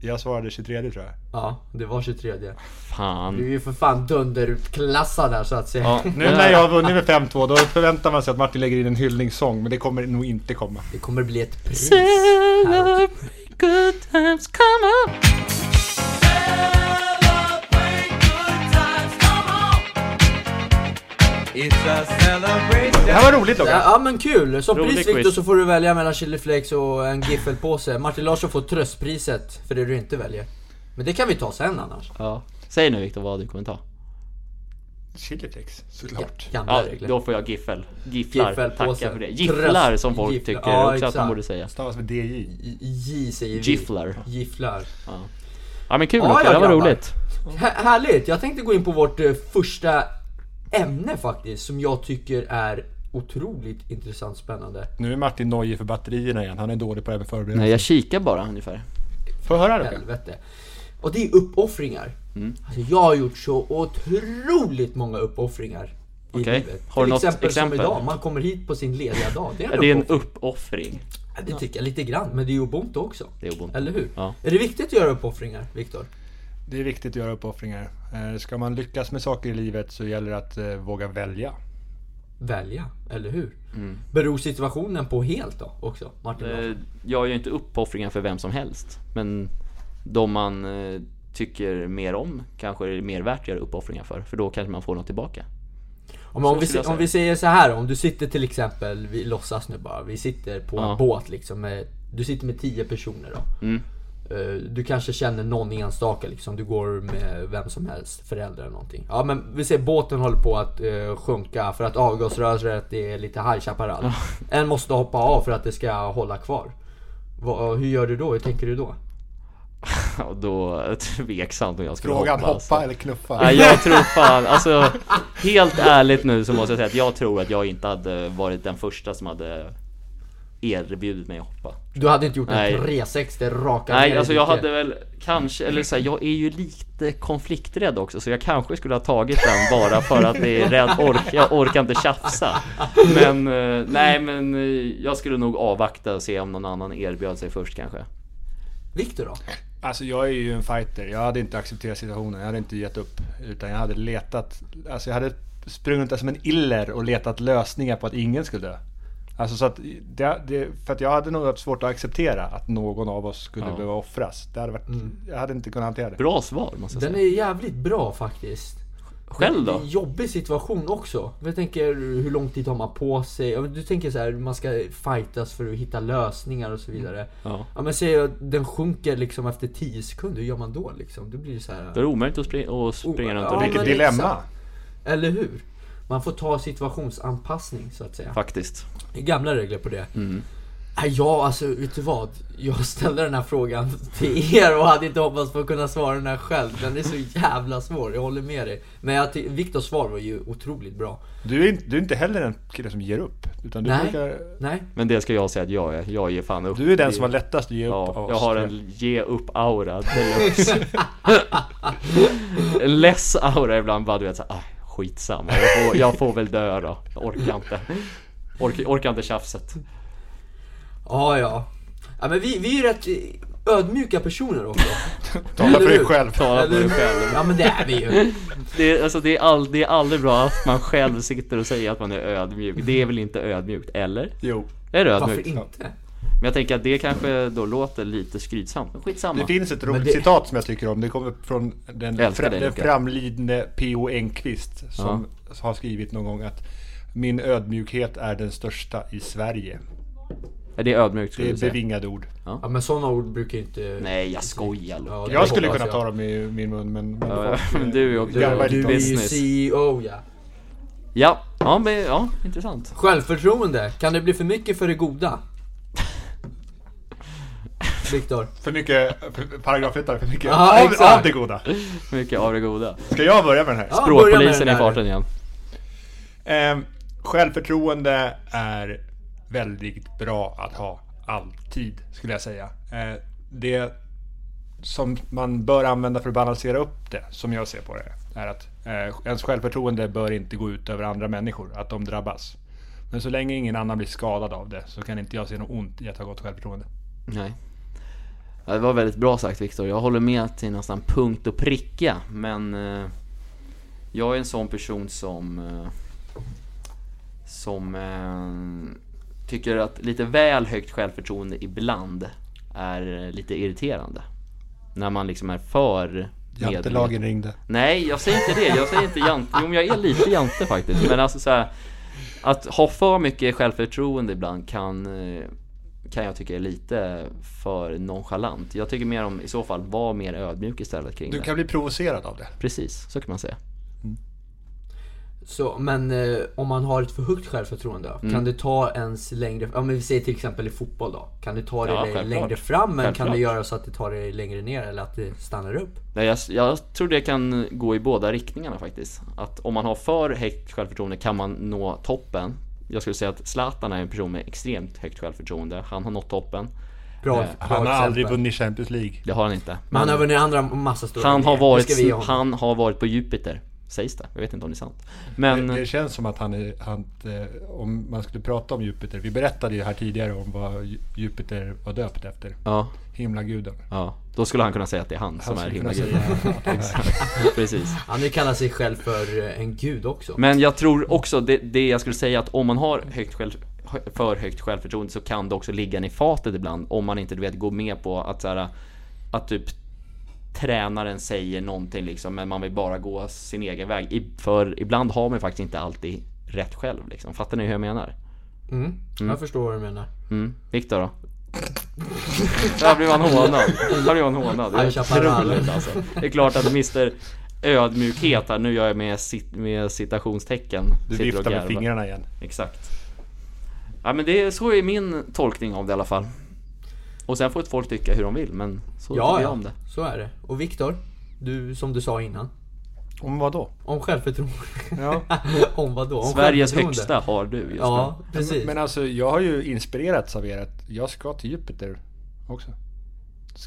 C: Jag svarade 23 tror jag.
A: Ja, det var 23. Du är
B: Fan.
A: ju för fan dunderutklassad här så att säga.
B: Ja,
C: Nu när jag har vunnit med 5-2 då förväntar man sig att Martin lägger in en hyllningssång men det kommer nog inte komkomma.
A: Det kommer bli ett pris.
B: Celebrate good times come on.
C: Det här var roligt
A: Ja
C: Luka.
A: ja, men kul! Som
B: Rolig
A: pris
B: quiz.
A: Viktor så får du välja mellan chiliflakes och en giffelpåse. Martin Larsson får tröstpriset för det du inte väljer. Men det kan vi ta sen annars.
B: Ja. Säg nu Viktor vad du kommer ta.
C: Chilitex, såklart.
A: Gamla
B: Ja,
A: regler.
B: då får jag giffel. Gifflar.
A: Giffelpåse.
B: Tackar för det. Gifflar som folk
A: Gifflar.
B: tycker
A: Ja,
B: också att
A: exakt.
B: man borde säga.
C: Stavas med DJ.
A: J säger vi.
B: Gifflar.
A: Gifflar.
B: Ja. Ja men kul
A: Ja,
B: Luca,
A: ja,
B: det var
A: grabbar.
B: roligt.
A: Här- Härligt! Jag tänkte gå in på vårt eh, första ämne faktiskt, som jag tycker är otroligt intressant spännande.
C: Nu är Martin nojig för batterierna igen. Han är dålig på det här med förberedelser.
B: Nej jag kikar bara ungefär.
C: Får jag höra Luca?
A: Helvete. Och det är uppoffringar.
B: Mm.
A: Alltså jag har gjort så otroligt många uppoffringar i
B: Okej.
A: livet.
B: Har du
A: Till
B: något
A: exempel,
B: exempel?
A: som idag, man kommer hit på sin lediga dag. Det är
B: Ja,
A: en,
B: Det är en
A: uppoffring.
B: uppoffring.
A: Ja, det tycker jag lite grann, men det är ju ubuntu också.
B: Det är ubuntu.
A: Eller hur?
B: Ja.
A: Är det viktigt att göra uppoffringar, Viktor?
C: Det är viktigt att göra uppoffringar. Eh, Ska man lyckas med saker i livet så gäller det att eh, våga välja.
A: Välja, eller hur? Beror situationen på helt då också, Martin? Larsson?
B: Mm. Eh, Jag gör ju inte uppoffringar för vem som helst. Men de man eh, tycker mer om kanske är det mer värt att göra uppoffringar för. För då kanske man får något tillbaka.
A: Om, om,
B: Så
A: vi,
B: skulle jag
A: se- om
B: säga.
A: vi säger så här om du sitter till exempel, vi låtsas nu bara, vi sitter på
B: Ja. Mm.
A: en båt liksom med, Du sitter med tio personer då. Eh, Du kanske känner någon enstaka liksom, du går med vem som helst, föräldrar eller någonting. Ja men vi säger båten håller på att eh, sjunka för att avgasröret är lite High Chaparral. En måste hoppa av för att det ska hålla kvar. Va, hur gör du då? Hur tänker du då?
B: Och då är jag tveksamt om jag skulle
C: Frågan
B: hoppa.
C: hoppa
B: alltså.
C: eller knuffa.
B: Nej, jag tror fan, alltså helt ärligt nu så måste jag säga att jag tror att jag inte hade varit den första som hade erbjudit mig att hoppa.
A: Du hade inte gjort
B: Nej.
A: en 360 raka ner
B: Nej,
A: i
B: alltså jag
A: diket.
B: hade väl kanske, eller så här, jag är ju lite konflikträdd också så jag kanske skulle ha tagit den bara för att det är rädd, ork, jag orkar inte tjafsa. Men eh, nej, men eh, jag skulle nog avvakta och se om någon annan erbjöd sig först kanske.
A: Viktor då?
C: Alltså jag är ju en fighter. Jag hade inte accepterat situationen. Jag hade inte gett upp. Utan jag hade letat. Alltså jag hade sprungit där som en iller och letat lösningar på att ingen skulle dö. Alltså så att, det, det, för att jag hade nog haft svårt att acceptera att någon av oss skulle
B: Ja. Mm.
C: behöva offras. Det hade varit, Jag hade inte kunnat hantera det.
B: Bra svar måste jag
A: Den
B: säga.
A: är jävligt bra faktiskt.
B: Själv
A: Det är
B: då?
A: en jobbig situation också. Jag tänker hur lång tid har man på sig? Ja, men Du tänker så här, man ska fightas för att hitta lösningar och så vidare.
B: Ja.
A: Ja men säg att den sjunker liksom efter 10 sekunder, hur gör man då liksom? Det blir ju så
B: Det
A: här.
B: är omöjligt att springa, att springa runt och
A: Ja,
C: Vilket
A: men
B: rycka
C: dilemma.
A: exakt. Eller hur? Man får ta situationsanpassning så att säga.
B: faktiskt.
A: Det är gamla regler på det. Nej, Ja, alltså vet du vad? Jag ställde den här frågan till er och hade inte hoppats på att kunna svara den här själv. Den är så jävla svår, jag håller med dig. Men jag ty- Viktors svar var ju otroligt bra.
C: Du är, inte, du är inte heller en kille som ger upp. Utan du,
A: Nej.
C: brukar,
A: Nej,
B: Men det ska jag säga att jag är. Jag ger fan upp.
C: du är den som har lättast att ge upp av
B: Ja,
C: oss.
B: jag har
C: tror
B: en ge upp-aura. deluxe. En less aura ibland bara du vet såhär, skitsamma. Jag får, jag får väl dö då. Jag orkar inte. Orkar, orkar inte tjafset.
A: Ja, ja. ja men vi, vi är ju rätt ödmjuka personer också.
C: Tala för
A: Eller
C: dig
A: hur?
C: själv.
B: Tala för dig
A: Eller-
B: själv.
A: Ja, men det är vi ju.
B: Det är, alltså, det, är all, det är aldrig bra att man själv sitter och säger att man är ödmjuk. Det är väl inte ödmjukt, eller?
C: Jo.
B: Är det
A: Varför
B: ödmjukt?
A: inte?
B: Men jag tänker att det kanske då låter lite skrytsamt. Men
C: Det
B: skitsamma.
C: finns ett roligt
A: det-
C: citat som jag tycker om. Det kommer från den,
B: Jag älskar
C: fra,
B: dig,
C: den
B: Luca.
C: framlidne P.O. Enquist som har skrivit någon gång att min ödmjukhet är den största i Sverige.
B: Är det ödmjukt
C: Det
B: skulle
C: är
B: du säga?
C: bevingade ord.
A: Ja, men sådana ord brukar ju inte...
B: Nej, jag skojar
A: Ja,
B: Luca.
A: det
C: Jag skulle
A: hoppas
C: kunna
A: jag.
C: ta dem i min mun men... men
B: Ja,
C: folk,
B: ja,
C: eh,
B: men du är också-
A: Du,
C: garvar
A: du är
C: lite åt
A: ju
C: det.
B: business.
A: CEO ja.
B: Ja, ja, men, ja intressant.
A: Självförtroende, kan det bli för mycket för det goda? Viktor.
C: För mycket för- paragrafryttare, för mycket
A: Ja,
C: av,
A: exakt.
C: av det goda.
B: Mycket av det goda.
C: Ska jag börja med den här?
A: Ja, börja med
B: Språkpolisen
A: den
B: i
A: där.
B: farten igen.
C: Ehm, självförtroende är väldigt bra att ha alltid, skulle jag säga. Eh, det som man bör använda för att balansera upp det, som jag ser på det, är att eh, ens självförtroende bör inte gå ut över andra människor, att de drabbas. Men så länge ingen annan blir skadad av det så kan inte jag se något ont i att ha gott självförtroende.
B: Nej. Ja, Det var väldigt bra sagt Viktor. Jag håller med till nästan punkt och pricka. Men eh, jag är en sån person som eh, som eh, tycker att lite väl högt självförtroende ibland är eh, lite irriterande. När man liksom är för medveten.
C: Jantelagen ringde.
B: Nej, jag säger inte det. Jag säger inte jante. Jo, men jag är lite jante faktiskt. Men alltså så här, att ha för mycket självförtroende ibland kan, eh, kan jag tycka är lite för nonchalant. Jag tycker mer om, i så fall, var mer ödmjuk istället kring
C: Du
B: det.
C: kan bli provocerad av det.
B: Precis, så kan man säga.
A: Så, men eh, om man har ett för högt självförtroende,
B: Mm.
A: kan det ta ens längre... Ja men vi säger till exempel i fotboll då. Kan det ta dig
B: Ja,
A: lä-
B: självklart.
A: längre fram, men kan
B: Självklart.
A: det göra så att det tar dig längre ner eller att det stannar upp?
B: Nej, jag, jag tror det kan gå i båda riktningarna faktiskt. Att om man har för högt självförtroende kan man nå toppen. Jag skulle säga att Zlatan är en person med extremt högt självförtroende. Han har nått toppen.
A: Bra, bra
B: Eh,
C: Han har
A: exempel.
C: aldrig vunnit Champions League.
B: Det har han inte.
A: Men han har vunnit andra massa stora
B: han, har
A: grejer. Det
B: varit,
A: ska vi ge honom.
B: han har varit på Jupiter, sägs det. Jag vet inte om det är sant. Men...
C: Det känns som att han är, han, eh, om man skulle prata om Jupiter. Vi berättade ju här tidigare om vad Ju- Jupiter var döpt efter.
B: Ja,
C: Himlaguden. Alltså,
B: ja. Då skulle han kunna säga att det är han, som är
C: skulle kunna
B: himlaguden.
C: säga att han är-
B: Precis.
A: Han nu kallar sig själv för eh, en gud också.
B: Men jag tror också, det, det jag skulle säga att om man har högt själv, för högt självförtroende så kan det också ligga en i fatet ibland. Om man inte du vet, går med på att, så här, att typ tränaren säger någonting liksom, men man vill bara gå sin egen väg. I, för ibland har man faktiskt inte alltid rätt själv. Liksom. Fattar ni hur jag menar?
A: Mm. Jag förstår vad du menar.
B: Mm. Viktor då? Där blir man hånad. Där blir man hånad. Det
A: High
B: är
A: Chaparral.
B: otroligt alltså. Det är klart att Mr Ödmjukhet här, nu gör jag med, cit- med citationstecken.
C: Du
B: Sitter och
C: viftar med
B: garvar.
C: fingrarna igen.
B: Exakt. Ja men det är, så är min tolkning av det i alla fall. Och sen får ett folk tycka hur de vill men så tycker
A: Ja,
B: jag
A: ja.
B: om det.
A: Så är det. Och Viktor, du, som du sa innan.
C: Om vad då?
A: Om självförtroende.
C: Ja.
A: Om vad då? Om
B: Sveriges
A: självförtroende.
B: högsta har du just
A: Ja,
B: nu.
A: precis.
C: Men alltså, jag har ju inspirerats av er att jag ska till Jupiter också.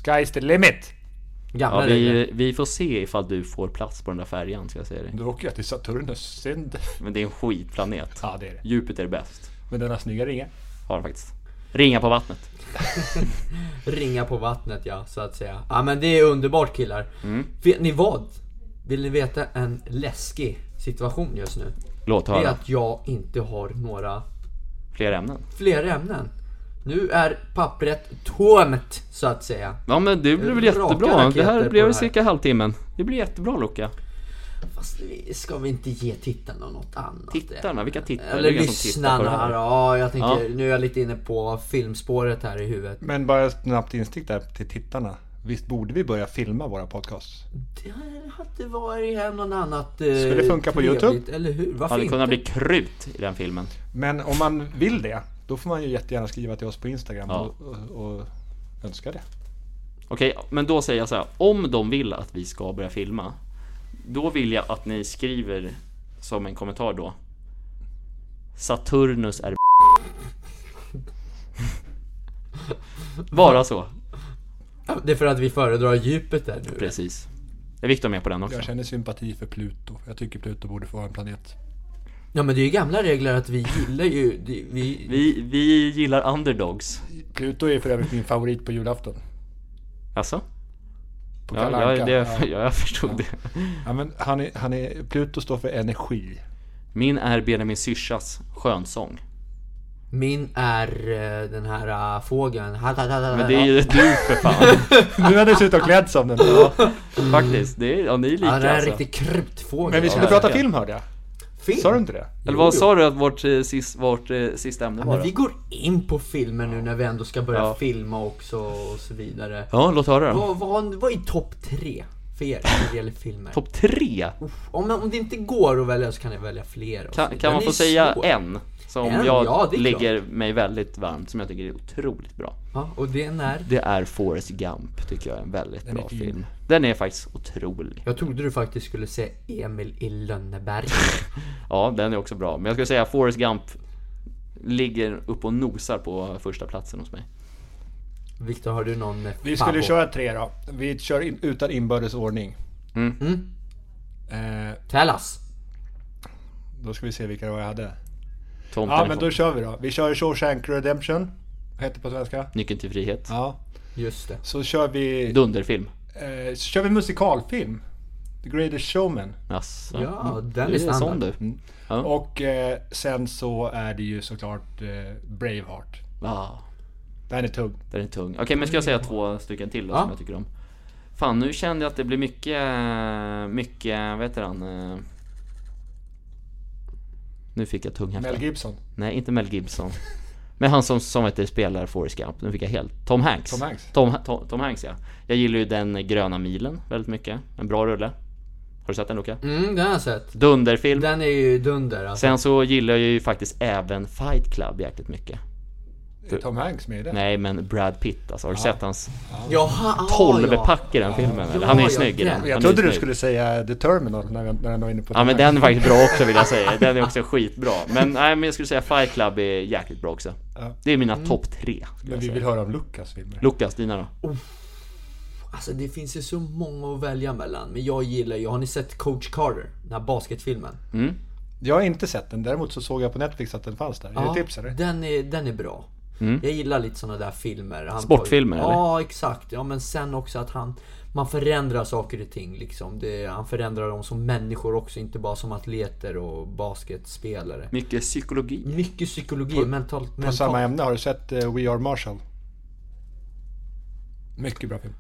C: Sky's the limit!
A: Gamla
B: Ja,
A: regler.
B: vi, vi får se ifall du får plats på den där färjan ska jag säga dig.
C: Då åker jag till Saturnus. Synd.
B: Men det är en skitplanet.
C: Ja, det är det.
B: Jupiter är bäst.
C: Men den har snygga ringar.
B: Har den faktiskt. Ringa på vattnet.
A: Ringa på vattnet ja, så att säga. Ja men det är underbart killar.
B: Mm.
A: Vet ni vad? Vill ni veta en läskig situation just nu?
B: Låt
A: Det är
B: höra.
A: att jag inte har några
B: Fler ämnen.
A: fler ämnen. Nu är pappret tomt så att säga.
B: Ja men det blev väl
A: Raka
B: jättebra. Det
A: raketer
B: här
A: på
B: blev
A: det här.
B: cirka halvtimmen. Det blir jättebra Luca.
A: Fast vi- ska vi inte ge tittarna något annat?
B: Tittarna, vilka tittare? Det
A: Eller
B: är ingen som tittar på det
A: lyssnarna.
B: här.
A: Ja, jag tänker,
B: Ja.
A: nu är jag lite inne på filmspåret här i huvudet.
C: Men bara ett snabbt instick där till tittarna. Visst borde vi börja filma våra podcasts?
A: Det hade varit här någon annat... eh,
C: Skulle funka på YouTube?
A: trevligt, Eller hur? Varför
B: Hade
A: inte?
B: kunnat bli krut i den filmen.
C: Men om man vill det, då får man ju jättegärna skriva till oss på Instagram
B: Ja.
C: och, och, och önska det.
B: Okej, men då säger jag så här. Om de vill att vi ska börja filma, då vill jag att ni skriver som en kommentar då. Saturnus är Bara så.
A: Ja, Det är för att vi föredrar Jupiter nu.
B: Precis. Är Viktor med på den också?
C: Jag känner sympati för Pluto. Jag tycker Pluto borde få vara en planet.
A: Ja men det är ju gamla regler att vi gillar ju... det- Vi,
B: Vi, vi gillar underdogs.
C: Pluto är för övrigt min favorit på julafton.
B: Alltså?
C: På Kalle
B: Ja, jag,
C: Anka.
B: det, ja,
C: ja.
B: jag förstod det.
C: Ja, men han är, han är, Pluto står för energi.
B: Min är Benjamin Syrsas skönsång.
A: min är eh, den här äh, fågeln.
B: Men det är ju du för fan.
C: Nu har jag dessutom klädd som den. Ja.
B: Faktiskt. Det är, ja, ni är lika
A: Ja, det är en
B: alltså.
A: riktig kryptfågel.
C: Men vi skulle
B: Ja,
C: prata
B: verkligen.
C: film hörde jag.
A: Film?
C: Sa du inte det?
B: Eller
A: Jo,
B: vad
A: jo.
B: sa du att vårt, eh, sist, vårt eh, sista ämne var?
A: Men
B: då?
A: vi går in på filmen nu när vi ändå ska börja
B: Ja.
A: filma också och så vidare.
B: Ja, låt höra då.
A: Vad, vad, vad är topp tre för er när det gäller filmer?
B: Topp tre?
A: Om, om det inte går att välja så kan jag välja fler. och så
B: Kan,
A: vidare.
B: kan man
A: Det
B: få
A: är
B: säga
A: svårt.
B: en? Som
A: En?
B: jag
A: Ja, det är
B: ligger mig väldigt varmt, som jag tycker är otroligt bra.
A: Ja, och den är?
B: Det är Forrest Gump, tycker jag är en väldigt
C: Den är
B: bra
C: fin.
B: film. Den är faktiskt otrolig.
A: Jag trodde du faktiskt skulle säga Emil i Lönneberg.
B: Ja, den är också bra. Men jag skulle säga Forrest Gump ligger upp och nosar på första platsen hos mig.
A: Viktor, har du någon eh,
C: Vi
A: favorit?
C: skulle köra tre då. Vi kör in, utan inbördes ordning.
A: Mm.
C: Eh,
A: Talas.
C: då ska vi se vilka det var jag hade.
B: Tomten
C: Ja
B: är
C: men
B: tom.
C: då kör vi då. Vi kör Shawshank Redemption. Vad heter det på svenska?
B: Nyckeln till frihet.
C: Ja.
A: Just det.
C: Så kör vi,
B: Dunderfilm.
C: eh, så kör vi musikalfilm. The Greatest Showman.
B: Jaså?
A: Ja,
B: Du
A: den är
B: Alltså, är sån
A: standard. Mm.
B: du. Ja.
C: Och eh, sen så är det ju såklart eh, Braveheart.
B: Ah.
C: Den är tung.
B: Den är tung. Okej, men ska jag säga två stycken till då,
A: Ja.
B: som jag tycker om? Fan, nu kände jag att det blir mycket, mycket, vad heter han? eh, Nu fick jag tunghäfta.
C: Mel Gibson.
B: Nej, inte Mel Gibson. Men han som, som heter spelar Forrest Gump. Nu fick jag helt... Tom Hanks.
C: Tom Hanks.
B: Tom, Tom, Tom Hanks, ja. Jag gillar ju den gröna milen väldigt mycket. En bra rulle. Har du sett den Luka?
A: Mm, den har jag sett.
B: Dunderfilm.
A: Den är ju dunder alltså.
B: Sen så gillar jag ju faktiskt även Fight Club jäkligt mycket.
C: Är Tom Hanks med i den?
B: Nej men Brad Pitt alltså, har du sett hans
A: Jaha, ah,
B: 12-pack i den filmen eller? Han är ju
A: Ja,
B: snygg i den.
A: ja.
B: Han
C: Jag
B: är
C: trodde
B: ju
C: du
B: snygg.
C: skulle säga The Terminal när, när han var inne på
B: Ja
C: Tom
B: men
C: Hanks.
B: den är faktiskt bra också vill jag säga. Den är också skitbra. Men nej men jag skulle säga Fight Club är jäkligt bra också.
C: Ja.
B: Det är mina
A: Mm.
B: topp tre. skulle
C: Men
B: jag
C: vi
B: säga.
C: vill höra om Lukas filmer.
B: Lukas, dina då?
A: Alltså det finns ju så många att välja mellan. Men jag gillar ju, har ni sett Coach Carter? Den här basketfilmen.
C: Mm. Jag har inte sett den, däremot så såg jag på Netflix att den fanns där. Är det tips eller?
A: Den är, den är bra. Jag gillar lite sådana där filmer. Han
B: Sportfilmer,
A: tar ju- Ja, exakt. Ja, men sen också att han... Man förändrar saker och ting liksom. Det, han förändrar dem som människor också, inte bara som atleter och basketspelare.
B: Mycket psykologi.
A: Mycket psykologi, mentalt...
C: På
A: mentalt.
C: samma ämne, har du sett eh, We Are Marshall? Mycket bra film.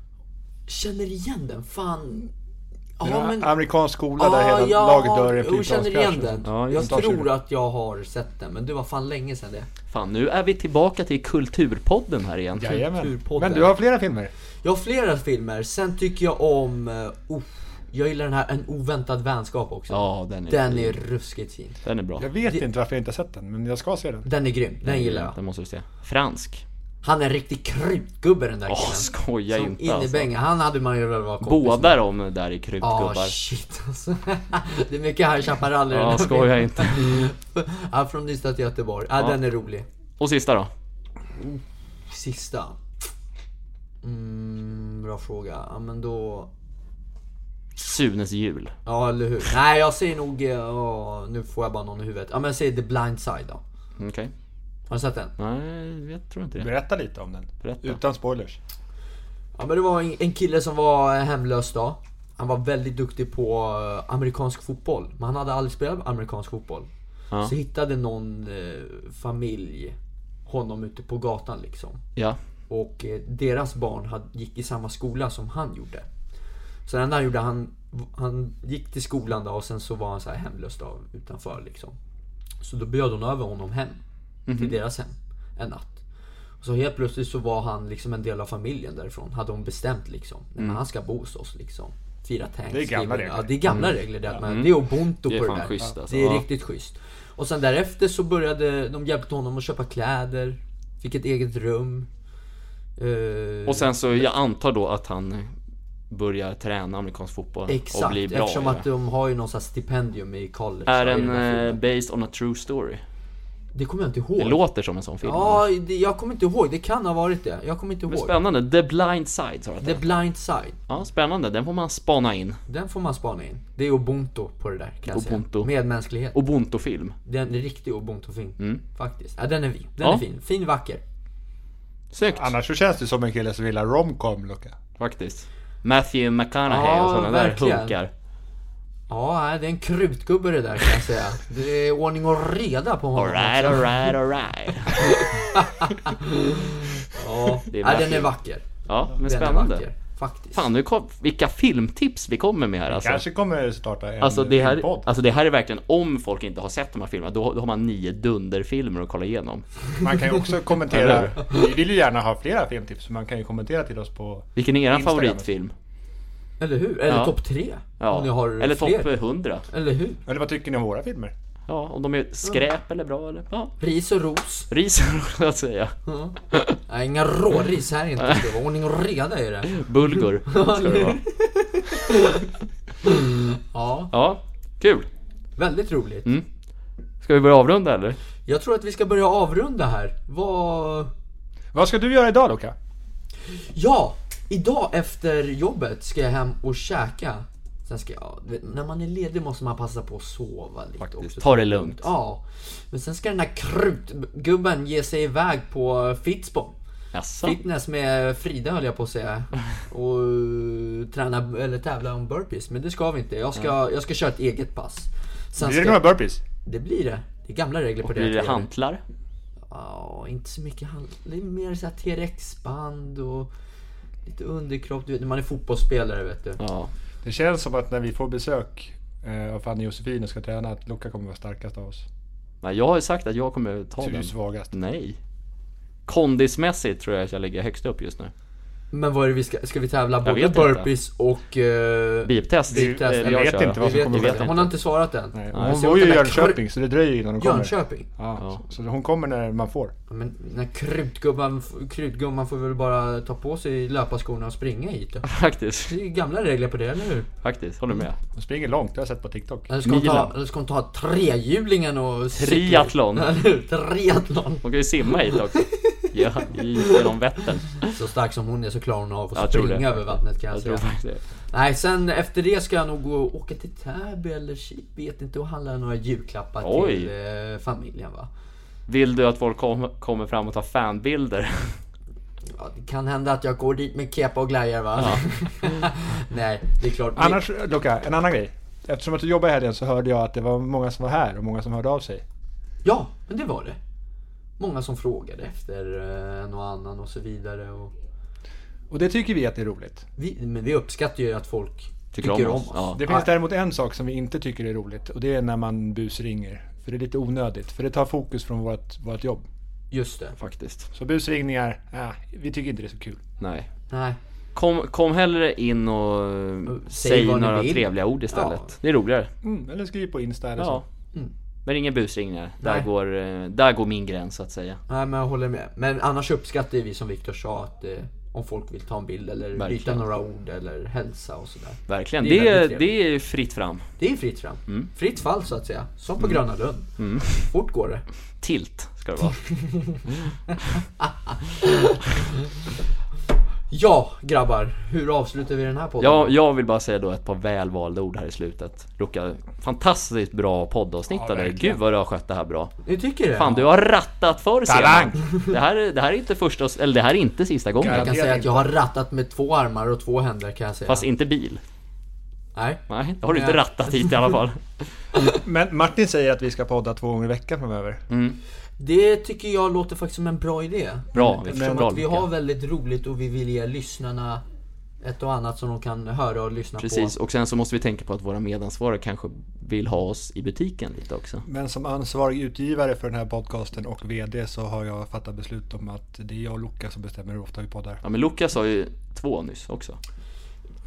A: Känner igen den, fan.
C: Det är
A: Ja,
C: en
A: men...
C: Amerikansk skola där hela
A: jag
C: laget
A: har-
C: dör i en
A: jo, jag känner igen
C: flygplanskrasch.
A: den.
B: Ja,
A: jag
B: just
C: det.
A: tror att jag har sett den, men det var fan länge sedan det.
B: Fan nu är vi tillbaka till Kulturpodden här igen.
C: Jajamän.
A: Kulturpodden.
C: Men du har flera filmer.
A: Jag har flera filmer, sen tycker jag om... eh, Oh, jag gillar den här En oväntad vänskap också.
B: Ja den är
A: Den
B: fin.
A: är ruskigt fin.
B: Den är bra.
C: Jag vet inte varför jag inte har sett den, men jag ska se den.
A: Den är grym, den gillar jag.
B: Den måste du se. Fransk.
A: Han är en riktig krutgubbe den där
B: Åh
A: killen.
B: skoja
A: Som
B: inte alltså.
A: innebänga, han hade man ju velat vara kompis med.
B: Båda de där är
A: Ja,
B: krutgubbar.
A: shit alltså. Det är mycket High Chaparral i den
B: Ja,
A: här
B: skoja
A: filmen.
B: inte.
A: Ja, från Ystad till Göteborg. Ja,
B: Ja.
A: den är rolig.
B: Och sista då?
A: Sista. Mm, bra fråga. Ja, men då...
B: Sunes jul.
A: Ja, eller hur? Nej, jag säger nog... eh, ja, nu får jag bara någon i huvudet. Ja, men jag säger The Blind Side då.
B: Okej.
A: Har du sett den?
B: Nej, jag tror inte det.
C: Berätta lite om den.
B: Berätta.
C: Utan spoilers.
A: Ja men det var en- en kille som var eh, hemlös då. Han var väldigt duktig på eh, amerikansk fotboll. Men han hade aldrig spelat amerikansk fotboll.
B: Ja.
A: Så hittade någon eh, familj honom ute på gatan liksom.
B: Ja.
A: Och eh, deras barn hade, gick i samma skola som han gjorde. Så det enda han gjorde, han, han gick till skolan då och sen så var han så här hemlös då utanför liksom. Så då bjöd hon över honom hem.
B: Mhm.
A: Till deras hem. En natt. Och så helt plötsligt så var han liksom en del av familjen därifrån. Hade hon bestämt liksom. Nej,
B: Mm.
A: men han ska bo hos oss liksom. Fira tanks.
C: Det är gamla regler.
A: Ja, det är gamla regler. Det, att man, det är ubuntu
B: Mm. Det är
A: på det
B: fan
A: där.
B: schysst, alltså.
A: Det är
B: Ja.
A: riktigt schysst. Och sen därefter så började, de hjälpte honom att köpa kläder. Fick ett eget rum. Eh,
B: Och sen så, jag antar då att han eh, börjar träna amerikansk fotboll och
A: Exakt,
B: blir bra.
A: eftersom
B: i
A: att
B: det.
A: de har ju någon sån här stipendium i college.
B: Är
A: i den
B: den
A: här
B: eh,
A: filmen.
B: based on a true story?
A: Det kommer jag inte
B: Det
A: ihåg.
B: låter som en sån film.
A: Ja, det, jag kommer inte ihåg. Det kan ha varit det. Jag kommer inte
B: Men
A: ihåg.
B: spännande. The Blind Side sa du att
A: The
B: den-
A: Blind Side.
B: Ja, spännande. Den får man spana in.
A: Den får man spana in. Det är ubuntu på det där kan jag
B: Ubuntu.
A: säga. Medmänsklighet.
B: Ubuntu-film.
A: Det är en riktig ubuntu-film. Faktiskt. Ja, den är vi. Den
B: Mm. Ja.
A: är fin. Fin, vacker.
B: Snyggt
C: Annars så känns det som en kille som gillar romcom, Luca.
B: faktiskt. Matthew McConaughey
A: Ja,
B: och sådana där
A: verkligen.
B: hunkar.
A: Ja, nej, det är en krutgubbe det där kan jag säga. Det är ordning och reda på honom.
B: Alright,
A: också.
B: alright, alright.
A: Ja,
B: Det är
A: ja, den är
B: verkligen-
A: vacker.
B: Ja, men
A: Den är
B: spännande.
A: vacker. Faktiskt.
B: Fan, nu kom, vilka filmtips vi kommer med här alltså.
C: Kanske kommer starta en
B: Alltså det, här,
C: filmpodd.
B: alltså det här är verkligen om folk inte har sett de här filmerna, då, då har man nio dunderfilmer att kolla igenom.
C: Man kan ju också kommentera. Vi vill ju gärna ha flera filmtips, så man kan ju kommentera till oss på...
B: Vilken är eran
C: Instagram.
B: favoritfilm?
A: Eller hur? Eller
B: Ja.
A: topp tre. Om
B: Ja.
A: ni har
B: Eller
A: fler.
B: topp 100?
A: Eller hur?
C: Eller vad tycker ni om våra filmer?
B: Ja, om de är skräp eller bra eller? Ja,
A: Ris och ros.
B: ris så att säga.
A: Nej, inga råris här inte. Det var ordning och reda i det.
B: Bulgur ska det vara.
A: Ja,
B: Ja, kul.
A: väldigt roligt.
B: Ska vi börja avrunda eller?
A: Jag tror att vi ska börja avrunda här. Vad...
C: Vad ska du göra idag Luca?
A: Ja! Idag efter jobbet ska jag hem och käka. Sen ska jag... du Vet, när man är ledig måste man passa på att sova lite också.
B: Ta det lugnt.
A: Ja. Men sen ska den här krutgubben ge sig iväg på Fitzbo.
B: Jaså?
A: Fitness med Frida höll jag på att säga. Och eh, träna eller tävla om burpees. Men det ska vi inte. Jag ska, jag ska köra ett eget pass. Sen
C: Blir det
A: ska-
C: några burpees?
A: Det blir det. Det är gamla regler på det.
B: Blir det
A: tror jag.
B: hantlar?
A: Ja, inte så mycket hand. Det är mer så här T-rex-band och lite underkropp. Du vet, när man är fotbollsspelare vet du.
B: Ja.
C: Det känns som att när vi får besök eh, av Fanny och Josefin och ska träna, att Luca kommer vara starkast av oss.
B: Nej, jag har ju sagt att jag kommer ta
C: Så du är
B: den.
C: svagast.
B: Nej. Kondismässigt tror jag att jag ligger högst upp just nu.
A: Men vad är det vi ska, ska vi tävla? Både
B: vet inte.
A: burpees och... eh,
B: Beep-test.
A: Vi-
B: Det är det
A: jag
B: jag
C: vet
B: kör.
A: vi
C: inte vad som
A: vet
C: kommer
A: inte.
B: vet inte.
A: Hon har inte svarat än.
C: Nej,
A: Jag
C: hon
A: ser
C: bor ju
A: åt
C: i
A: den där
C: Jönköping, så det dröjer innan hon kommer.
A: Jönköping?
C: Ja, så, så hon kommer när man får.
A: Ja, Men den här krutgumman, krutgumman får väl bara ta på sig löparskorna och springa hit då.
B: Faktiskt.
A: Det är ju gamla regler på det, eller hur?
B: Faktiskt. Håller med.
C: Hon springer långt, det har jag sett på TikTok.
A: Eller ska hon ta,
B: Milen.
A: eller ska hon ta trehjulingen och... cykla?
B: Triathlon.
A: Eller hur? Triathlon.
B: Hon kan ju simma hit också. Ja, i- genom Vättern.
A: Så stark som hon är så klarar hon av att
B: Jag tror
A: springa
B: det.
A: över vattnet kan jag,
B: Jag tror
A: säga.
B: faktiskt det.
A: Nej, sen efter det ska jag nog gå och åka till Täby eller Kil, vet inte, och handla några julklappar
B: Oj.
A: till eh, familjen va.
B: Vill du att folk kom, kommer fram och tar fanbilder?
A: Ja, det kan hända att jag går dit med kepa och glajjor va. Nej, det är klart.
C: Annars, Luca, en annan grej. Eftersom att du jobbar i helgen så hörde jag att det var många som var här och många som hörde av sig.
A: Ja, men det var det. Många som frågade efter eh, en och annan och så vidare. Och
C: Och det tycker vi att det är roligt.
A: vi, men vi uppskattar ju att folk tycker, om oss.
B: Ja.
C: Det finns däremot en sak som vi inte tycker är roligt och det är när man busringer. För det är lite onödigt, för det tar fokus från vårt, vårt jobb.
A: Just det.
B: Faktiskt.
C: Så busringningar, ah, vi tycker inte det är så kul.
B: Nej.
A: Nej,
B: Kom, kom hellre in och säg,
A: vad ni
B: några
A: vill.
B: trevliga ord istället.
A: Ja.
B: Det är roligare.
C: Mm, eller skriv på Insta eller
B: Ja.
C: så.
B: Men ingen busringningar.
A: Mm. Nej.
B: Där går, eh, där går min gräns så att säga.
A: nej, men jag håller med. Men annars uppskattar vi som Viktor sa att eh, om folk vill ta en bild eller byta
B: Verkligen.
A: några ord eller hälsa och sådär.
B: Verkligen.
A: Det är
B: Det är,
A: väldigt trevligt.
B: det är fritt fram.
A: Det är fritt fram.
B: Mm.
A: Fritt fall så att säga. Som på Gröna Lund. Fort går det.
B: Tilt ska det vara.
A: Ja, grabbar. Hur avslutar vi den här podden?
B: Jag, jag vill bara säga då ett par välvalda ord här i slutet. Luka, fantastiskt bra poddavsnitt
C: Ja,
B: av dig.
C: verkligen.
B: Gud vad du har skött det här bra.
A: Ni tycker det?
B: Fan, du har rattat förr
C: Talang!
B: Senan. Det här, är- det här är inte första, och- eller det här är inte sista
A: Jag
B: gången.
A: kan säga att jag har rattat med två armar och två händer kan jag säga.
B: Fast inte bil.
A: Nej.
B: Nej, det har du inte
A: Nej.
B: rattat hit i alla fall.
C: Men Martin säger att vi ska podda två gånger i veckan framöver.
A: Det tycker jag låter faktiskt som en bra idé.
B: Bra, vi
A: Eftersom
B: bra,
A: att vi
B: Luka.
A: har väldigt roligt och vi vill ge lyssnarna ett och annat som de kan höra och lyssna
B: Precis,
A: på.
B: och sen så måste vi tänka på att våra medansvariga kanske vill ha oss i butiken lite också.
C: Men som ansvarig utgivare för den här podcasten och VD så har jag fattat beslut om att det är jag och Luca som bestämmer hur ofta vi poddar.
B: Ja men Lukas sa ju två nyss också.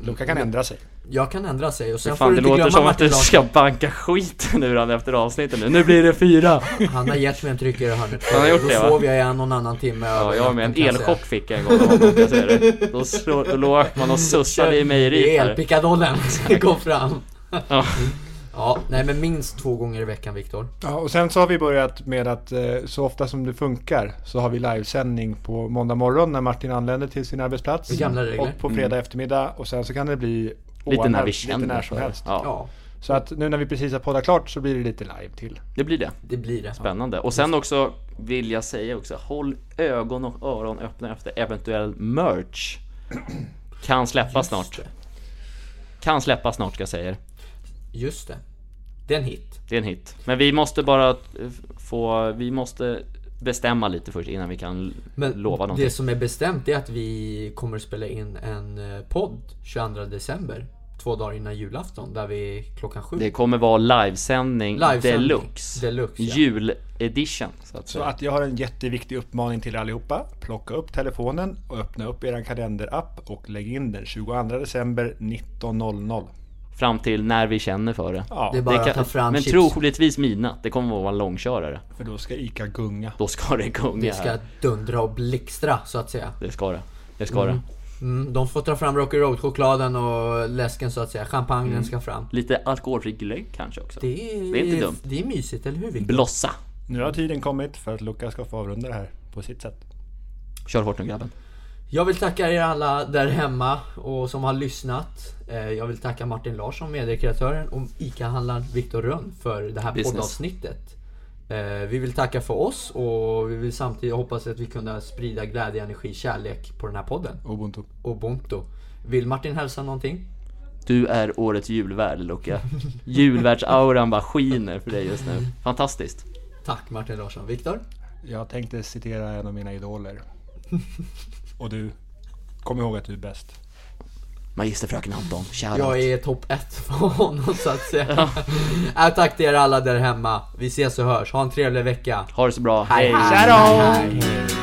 C: Luca kan ändra sig.
A: Jag kan ändra sig och sen får
B: Fan
A: du
B: det
A: inte
B: låter
A: glömma
B: som att
A: Martin
B: du
A: Larsson.
B: ska banka skiten ur han efter avsnittet nu. Nu blir det fyra!
A: Han har gett mig en tryck i det hörnet.
B: Han har gjort
A: Då
B: det, va?
A: sov jag i en och en annan timme.
B: Ja,
A: över
B: jag med.
A: natten,
B: En
A: kan jag säga.
B: elchock fick jag en gång av honom, kan jag säga det. Då, slå, då låg man och sussade i
A: Det är
B: mejeriet. där.
A: elpickadollen som går fram.
B: Ja.
A: Ja, nej men minst två gånger i veckan Viktor.
C: Ja, och sen så har vi börjat med att eh, så ofta som det funkar så har vi livesändning på måndag morgon när Martin anländer till sin arbetsplats.
A: Det är gamla regler. Mm.
C: Och på fredag eftermiddag och sen så kan det bli
B: Lite när
C: oanmält,
B: vi känner
C: lite när
B: för
C: som
B: det.
C: helst.
B: Ja,
A: Ja,
C: Så att nu när vi precis har poddat klart så blir det lite live till.
B: det blir det.
A: det blir det.
B: Spännande. Och sen också vill jag säga också, håll ögon och öron öppna efter eventuell merch. Kan släppas snart. Kan släppas snart ska jag säga.
A: Just det. Det är en hit.
B: Det är en hit. Men vi måste bara eh, få, vi måste bestämma lite först innan vi kan
A: Men
B: lova någonting.
A: det som är bestämt är att vi kommer att spela in en eh, podd 22 december. Två dagar innan julafton där vi klockan sju.
B: Det kommer vara livesändning
A: Livesändning.
B: deluxe.
A: Deluxe, ja.
B: Juledition. Så att
C: Så
B: säga.
C: att jag har en jätteviktig uppmaning till er allihopa. Plocka upp telefonen och öppna upp er kalenderapp och lägg in den 22 december 19.00.
B: Fram till när vi känner för det.
C: Ja,
A: Det är bara
B: kan-
A: att ta fram
B: men
A: chips.
B: troligtvis mina. Det kommer vara en långkörare.
C: för då ska ICA gunga.
B: Då ska det gunga.
A: Det ska dundra och blixtra så att säga.
B: det ska det. Det ska det.
A: Mm, de får ta fram Rocky Road-chokladen och läsken så att säga. Champagnen ska fram.
B: Lite alkoholfri glögg kanske också.
A: Det är,
B: Mm. Det är inte dumt.
A: Det är mysigt, eller hur Viktor?
B: Blossa.
C: Nu har tiden kommit för att Luca ska få avrunda det här på sitt sätt.
B: Kör hårt nu grabben.
A: Jag vill tacka er alla där hemma och som har lyssnat. Eh, Jag vill tacka Martin Larsson, mediekreatören och ICA-handlaren Viktor Rönn för det här
B: Business.
A: poddavsnittet. Eh, Vi vill tacka för oss och vi vill samtidigt hoppas att vi kunde sprida glädje, energi, kärlek på den här podden.
C: Ubuntu.
A: Och Bonto. Vill Martin hälsa någonting?
B: Du är årets julvärd Luca. Julvärdsauran bara skiner för dig just nu. Fantastiskt.
A: Tack Martin Larsson. Viktor?
C: Jag tänkte citera en av mina idoler. Och du, kom ihåg att du är bäst.
B: Magisterfröken Anton, shoutout.
A: Jag är topp ett för honom så att säga. ja. Tack till er alla där hemma. Vi ses och hörs. Ha en trevlig vecka.
B: Ha det så bra, hej!
A: hej. hej.
D: Ah, ah, Ah, ah,